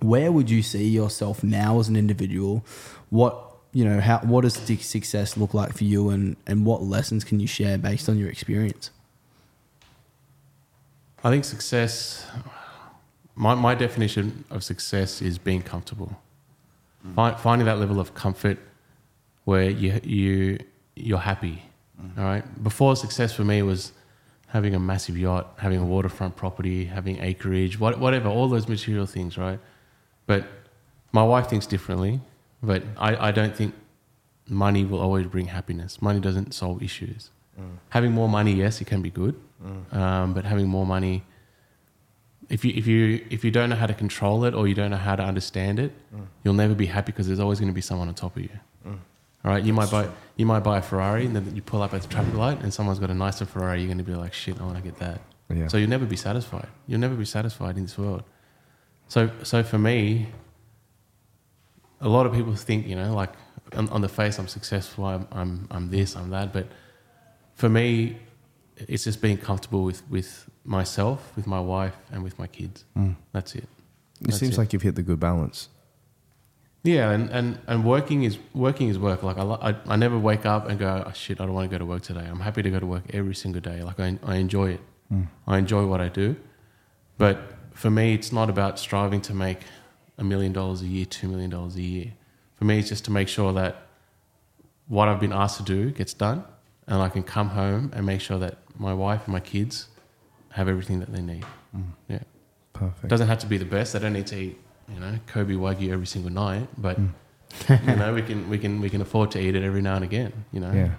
where would you see yourself now as an individual what you know, how what does su- success look like for you, and and what lessons can you share based on your experience? I think success, my, my definition of success is being comfortable. Find, finding that level of comfort where you, you, you're happy. All right. Before success for me was having a massive yacht, having a waterfront property, having acreage, what, whatever, all those material things, right? But my wife thinks differently, but I, I don't think money will always bring happiness. Money doesn't solve issues. Having more money, yes, it can be good, um, but having more money, if you if you if you don't know how to control it or you don't know how to understand it, you'll never be happy because there's always going to be someone on top of you. All right, you might buy you might buy a Ferrari and then you pull up at the traffic light and someone's got a nicer Ferrari. You're going to be like, shit, I want to get that. Yeah. So you'll never be satisfied. You'll never be satisfied in this world. So so for me, a lot of people think you know like on, on the face I'm successful. I'm, I'm I'm this. I'm that. But for me, it's just being comfortable with with myself, with my wife, and with my kids. That's it. It seems like you've hit the good balance. Yeah, and, and, and working is working is work. Like I, li- I, I never wake up and go, oh, shit, I don't want to go to work today. I'm happy to go to work every single day. Like I, I enjoy it. I enjoy what I do. But for me, it's not about striving to make a million dollars a year, two million dollars a year. For me, it's just to make sure that what I've been asked to do gets done, and I can come home and make sure that my wife and my kids have everything that they need. Yeah. It Perfect. doesn't have to be the best. They don't need to eat, you know, Kobe Wagyu every single night, but Hmm. you know, we can we can we can afford to eat it every now and again, you know. yeah.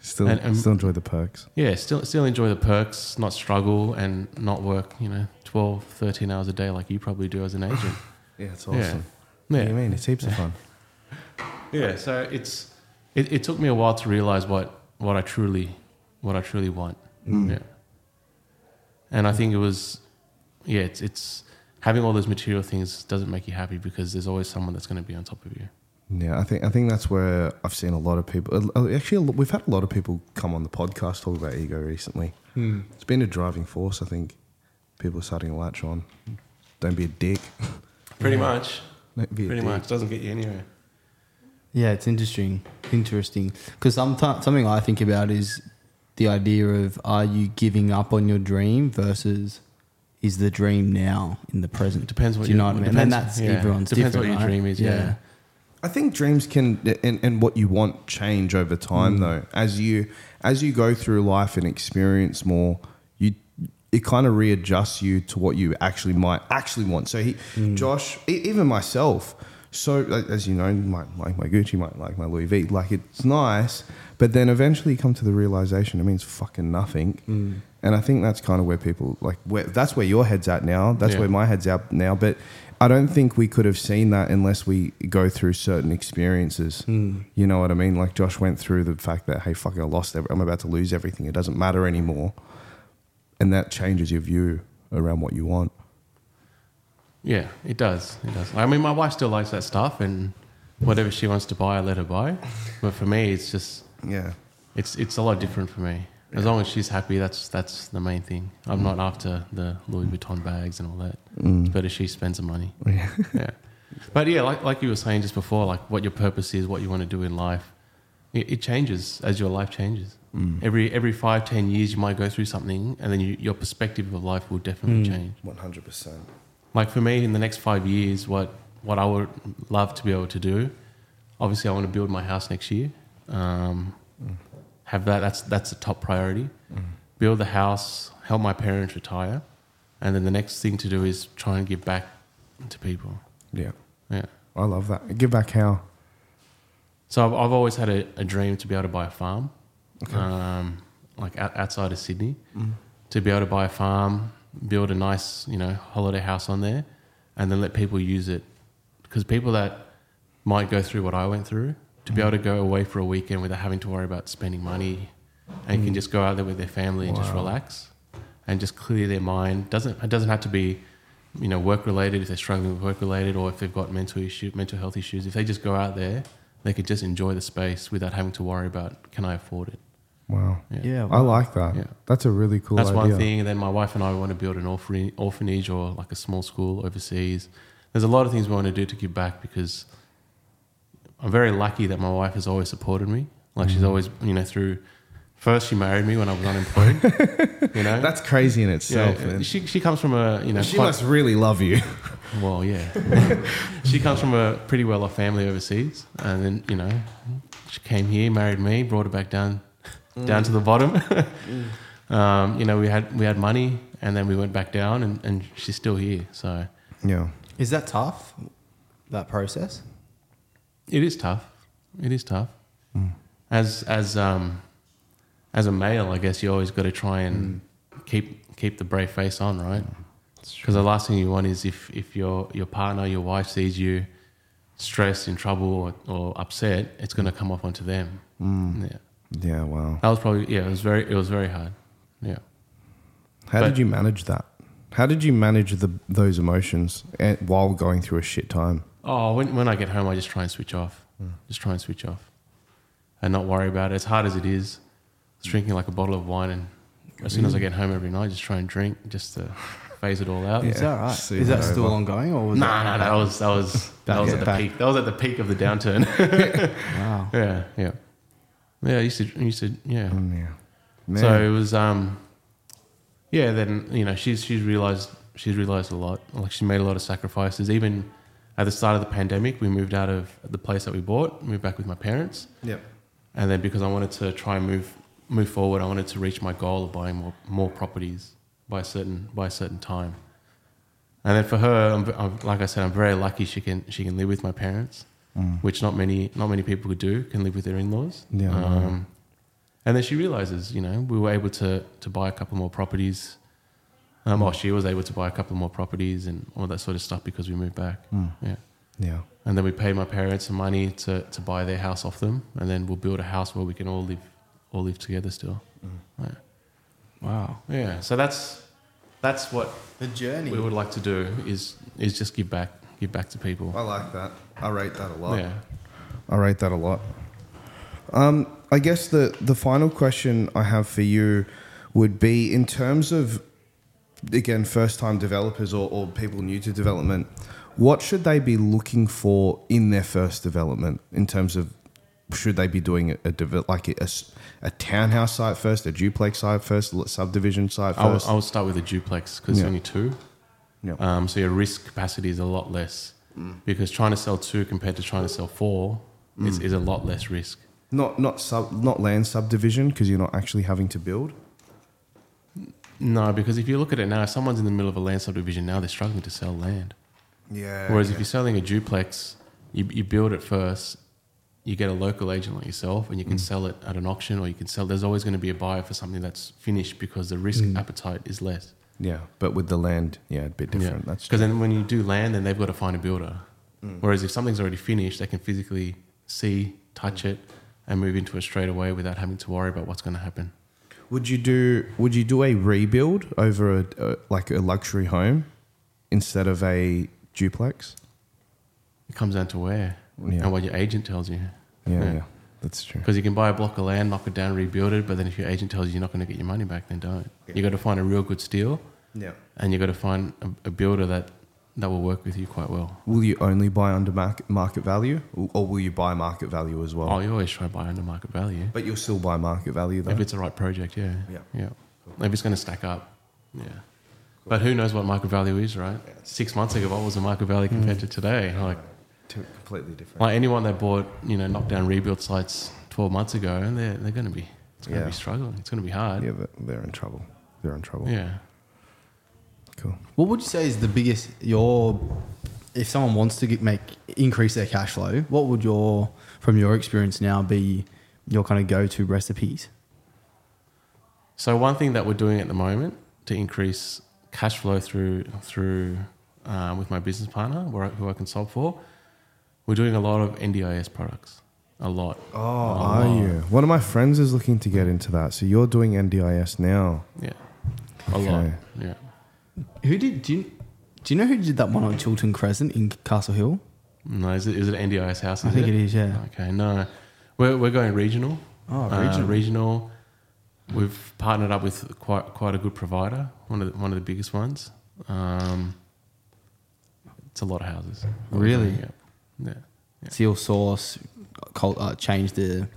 Still, And- and- still enjoy the perks. Yeah, still still enjoy the perks, not struggle and not work, you know, 12, 13 hours a day like you probably do as an agent. Yeah, it's Yeah. What do Yeah. you mean? It's heaps of fun. Yeah, so it's it, it took me a while to realize what what I truly what I truly want. Hmm. Yeah. And I think it was yeah, it's it's having all those material things doesn't make you happy because there's always someone that's going to be on top of you. Yeah, I think I think that's where I've seen a lot of people. uh, Actually, a lot- we've had a lot of people come on the podcast talk about ego recently. It's been a driving force. I think people are starting to latch on. Don't be a dick. Pretty much. Don't be a Pretty dick. much doesn't get you anywhere. Yeah, it's interesting. Interesting. Because sometimes something I think about is the idea of are you giving up on your dream versus is the dream now in the present? Depends what Do you know you- what I mean? depends- and that's yeah. everyone's Depends different, what your right? dream is, yeah. I think dreams can and, and what you want change over time though. As you as you go through life and experience more, you it kind of readjusts you to what you actually might actually want. So he, Josh, e- even myself. So like, as you know, might like my Gucci, might like my Louis V. Like it's nice, but then eventually you come to the realization it means fucking nothing. And I think that's kind of where people like where that's where your head's at now. That's Yeah. where my head's at now. But I don't think we could have seen that unless we go through certain experiences. You know what I mean? Like Josh went through the fact that hey, fuck, I lost. Every- I'm about to lose everything. It doesn't matter anymore, and that changes your view around what you want. Yeah, it does. It does. I mean, my wife still likes that stuff, and whatever she wants to buy, I let her buy. But for me, it's just Yeah, it's it's a lot different for me. As long as she's happy, that's that's the main thing. I'm Mm. not after the Louis Vuitton bags and all that. It's better she spends the money. Mm. Yeah. yeah. But yeah, like like you were saying just before, like what your purpose is, what you want to do in life, it, it changes as your life changes. Every every five ten years, you might go through something, and then you, your perspective of life will definitely change. one hundred percent. Like for me, in the next five years, what what I would love to be able to do, obviously, I want to build my house next year. Um, Have that. That's that's the top priority. Build the house, help my parents retire, and then the next thing to do is try and give back to people. Yeah, Yeah. I love that. Give back how? So I've, I've always had a, a dream to be able to buy a farm, um, like out, outside of Sydney, to be able to buy a farm, build a nice, you know, holiday house on there, and then let people use it. Because people that might go through what I went through, to be able to go away for a weekend without having to worry about spending money, and can just go out there with their family and just relax, and just clear their mind. Doesn't it doesn't have to be, you know, work related if they're struggling with work related or if they've got mental issue, mental health issues. If they just go out there, they could just enjoy the space without having to worry about can I afford it. Wow, Yeah. Yeah. I like that. Yeah. That's a really cool. That's idea. one thing. And then my wife and I want to build an orphan- orphanage or like a small school overseas. There's a lot of things we want to do to give back because I'm very lucky that my wife has always supported me. Like Mm. she's always, you know, through. First, she married me when I was unemployed. you know, That's crazy in yeah. itself. man. She she comes from a you know She quite- must really love you. well, yeah. she comes from a pretty well off family overseas. And then, you know, she came here, married me, brought her back down Mm. down to the bottom. um, you know, we had we had money and then we went back down and, and she's still here. So Yeah. Is that tough? That process? it is tough. It is tough. As as um as a male, I guess you always got to try and keep keep the brave face on, right? Because the last thing you want is if if your your partner, your wife sees you stressed, in trouble, or, or upset, it's going to come off onto them. Yeah, Yeah. Wow. that was probably yeah. It was very it was very hard. Yeah. How But- did you manage that? How did you manage the, those emotions eh, while going through a shit time? Oh, when when I get home, I just try and switch off. Hmm. Just try and switch off, and not worry about it. As hard as it is, it's drinking like a bottle of wine, and as soon as I Mm. get home every night, just try and drink just to phase it all out. Is that right? see Is that that still over. ongoing or was No, that, no, that was that was that Back was it at the back. peak. That was at the peak of the downturn. Wow. yeah, yeah, yeah. I used to, I used to, Mm, yeah. Yeah. Man. So it was, um, yeah. Then you know, she's she's realized she's realized a lot. Like she made a lot of sacrifices. Even at the start of the pandemic, we moved out of the place that we bought, moved back with my parents, yep. and then because I wanted to try and move move forward, I wanted to reach my goal of buying more, more properties by a certain by a certain time. And then for her, I'm, I'm, like I said, I'm very lucky she can she can live with my parents, which not many not many people could do. Can live with their in laws. Yeah. Um, and then she realizes, you know, we were able to to buy a couple more properties. Um, or she was able to buy a couple more properties and all that sort of stuff because we moved back. Yeah. Yeah. And then we paid my parents some money to, to buy their house off them, and then we'll build a house where we can all live all live together still. Right. Wow. Yeah. So that's that's what The journey. we would like to do is is just give back give back to people. I like that. I rate that a lot. Yeah. I rate that a lot. Um, I guess the the final question I have for you would be in terms of again first time developers or, or people new to development, what should they be looking for in their first development in terms of should they be doing a, a deve- like a, a s- a townhouse site first, a duplex site first, l- subdivision site I will, first? I will start with a duplex because Yeah. only two. Yeah. Um, so your risk capacity is a lot less Mm. because trying to sell two compared to trying to sell four is, Mm. is a lot less risk. not not sub not land subdivision because you're not actually having to build. No, because if you look at it now, if someone's in the middle of a land subdivision now, they're struggling to sell land. Yeah. Whereas if you're selling a duplex, you, you build it first, you get a local agent like yourself, and you Mm. can sell it at an auction, or you can sell. There's always going to be a buyer for something that's finished because the risk Mm. appetite is less. yeah, but with the land, yeah, a bit different. That's Mm. because then when you do land, then they've got to find a builder. Whereas if something's already finished, they can physically see, touch it, and move into it straight away without having to worry about what's going to happen. Would you do Would you do a rebuild over a, a like a luxury home instead of a duplex? It comes down to where Yeah. and what your agent tells you. Yeah, Hmm. yeah, that's true. Because you can buy a block of land, knock it down, rebuild it, but then if your agent tells you you're not going to get your money back, then don't. Yeah. You got to find a real good steal, Yeah. and you got to find a, a builder that that will work with you quite well. Will you only buy under market, market value, or or will you buy market value as well? Oh, you always try to buy under market value But you'll still buy market value though. if it's the right project. Yeah, Yeah. yeah. If it's going to stack up, yeah. But who knows what market value is, right? Six months ago, what was the market value compared Mm. to today? Like, Two completely different. like anyone that bought, you know, knockdown rebuild sites twelve months ago, they're they're going to be it's going to Yeah. be struggling. It's going to be hard. Yeah, but they're in trouble. They're in trouble. Yeah. Cool. What would you say is the biggest your if someone wants to get, make increase their cash flow? What would your from your experience now be your kind of go to recipes? So one thing that we're doing at the moment to increase cash flow through through um, with my business partner, where I, who I consult for, we're doing a lot of NDIS products, a lot. Oh, are you? One of my friends is looking to get into that. So you're doing NDIS now. Yeah, a lot. Okay. Yeah, Who did do you, do you know who did that one on Chilton Crescent in Castle Hill? no, is it is it NDIS house? I think it is. Yeah. Okay, no, we're we're going regional. Oh, Uh, regional. regional. We've partnered up with quite quite a good provider, one of the, one of the biggest ones. Um, it's a lot of houses. Really? Yeah. yeah. Seal Source col- uh, changed the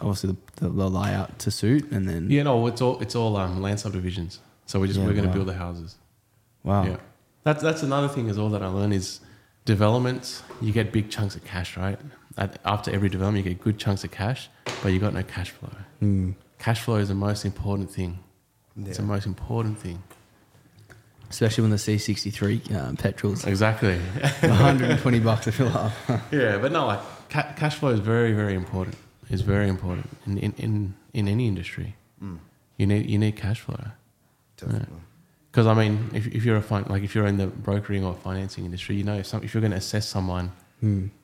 obviously the, the, the layout to suit, and then Yeah, no, it's all it's all um, land subdivisions. So we just Yeah, we're going to wow. build the houses. wow, Yeah, that's that's another thing as well that I learned is developments. You get big chunks of cash, right? At, after every development, you get good chunks of cash, but you got no cash flow. Mm. Cash flow is the most important thing. Yeah. Hmm. It's the most important thing. especially when the C sixty three petrol's Exactly. one hundred and twenty bucks a fill up. yeah, but no, like ca- cash flow is very very important. It's very important in in in, in any industry. You need you need cash flow. Definitely. Because I mean, if, if you're a fin- like if you're in the brokering or financing industry, you know if, some, if you're going to assess someone and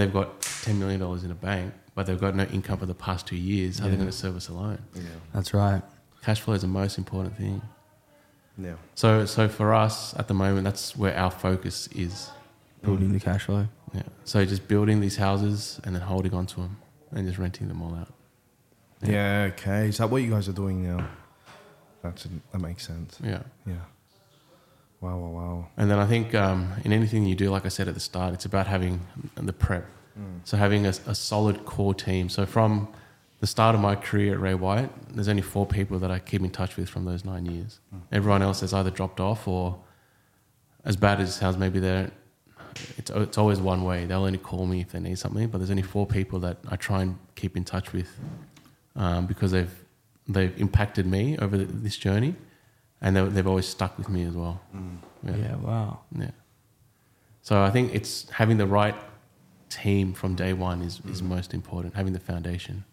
they've got ten million dollars in a bank, but they've got no income for the past two years, how are they Yeah. going to service a loan? Yeah. That's right. Cash flow is the most important thing. Yeah. So so for us at the moment, that's where our focus is. Building the cash flow. Yeah. So just building these houses and then holding on to them and just renting them all out. Yeah. Okay. Is that what you guys are doing now? That's that makes sense. Yeah. Yeah. Wow. Wow. Wow. And then I think um, in anything you do, like I said at the start, it's about having the prep. So having a, a solid core team. So from the start of my career at Ray Wyatt, there's only four people that I keep in touch with from those nine years. Everyone else has either dropped off or, as bad as it sounds, maybe they're. It's, it's always one way. They'll only call me if they need something. But there's only four people that I try and keep in touch with um, because they've they've impacted me over the, this journey, and they, they've always stuck with me as well. Yeah. wow. Yeah. So I think it's having the right team from day one is, is most important. Having the foundation.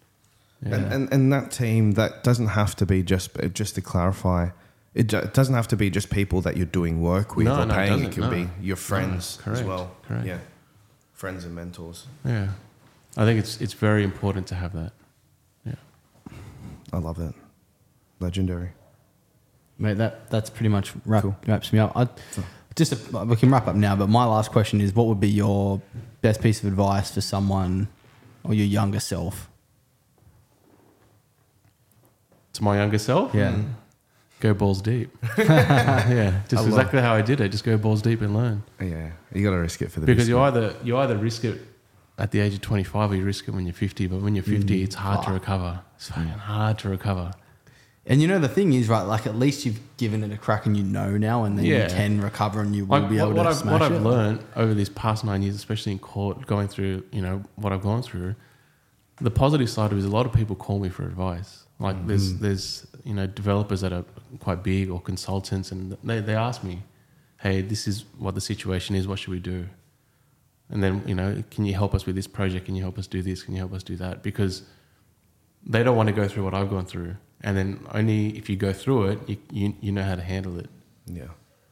Yeah. Mm. And, and and that team that doesn't have to be just uh, just to clarify, it, ju- it doesn't have to be just people that you're doing work with No, or no, it paying. It doesn't, can no. be your friends as correct, well. correct. Yeah, friends and mentors. yeah. I think it's it's very important to have that. Yeah. I love it. Legendary. Mate, that that's pretty much wrap, Cool. wraps me up. I, just a, we can wrap up now, but my last question is: What would be your best piece of advice for someone or your younger self? To my younger self, Yeah, go balls deep. yeah. I Just love- exactly how I did it. Just go balls deep and learn. Yeah, you got to risk it for the Because you biscuit. either you either risk it at the age of 25 or you risk it when you're 50. But when you're Mm. 50, it's hard to Fuck. recover. It's fucking hard to recover. and you know the thing is, right? Like at least you've given it a crack, and you know now, and then you Yeah. can recover, and you will Like be able what, what to I've, smash what it. I've learned over these past nine years, especially in court, going through you know what I've gone through, the positive side of it is a lot of people call me for advice. Like Mm-hmm. there's there's you know developers that are quite big or consultants, and they they ask me, hey, this is what the situation is. What should we do? And then you know, can you help us with this project? Can you help us do this? Can you help us do that? Because they don't want to go through what I've gone through, and then only if you go through it, you you, you know how to handle it. yeah,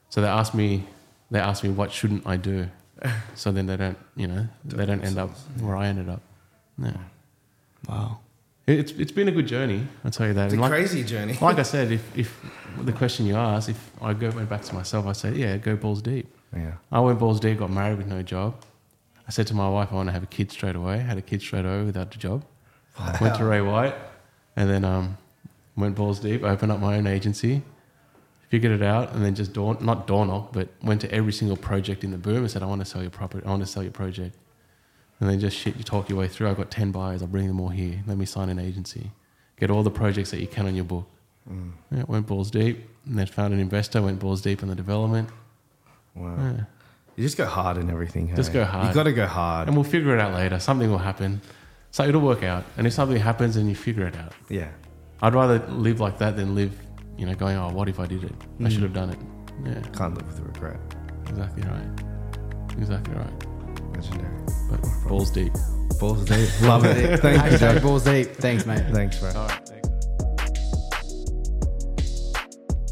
So they asked me, they asked me, what shouldn't I do? So then they don't, you know, they don't end up where I ended up. No, Wow. It- it's it's been a good journey. I'll tell you that. it's a And like, crazy journey. like I said, if if the question you asked, if I go went back to myself, I said, yeah, go balls deep. Yeah, I went balls deep, got married with no job. I said to my wife, I want to have a kid straight away. Had a kid straight away without a job. Went to Ray White, and then um, went balls deep. Opened up my own agency, figured it out, and then just door not door knock, but went to every single project in the boom and said, I want to sell your property. I want to sell your project. And then just shit, you talk your way through. I've got ten buyers. I'll bring them all here. Let me sign an agency. Get all the projects that you can on your book. Yeah, went balls deep, and then found an investor. Went balls deep in the development. wow. Yeah. You just go hard in everything. Just hey? go hard. You got to go hard. and we'll figure it out later. Something will happen. So it'll work out. And if something happens, then you figure it out. yeah, I'd rather live like that than live, you know, going, oh, what if I did it? I should have done it. Yeah, can't live with regret. exactly right. Exactly right. Legendary. But balls deep. Balls deep. Love it. Thank you, Hashtag Jack. balls deep. Thanks, mate. Thanks, man. All right.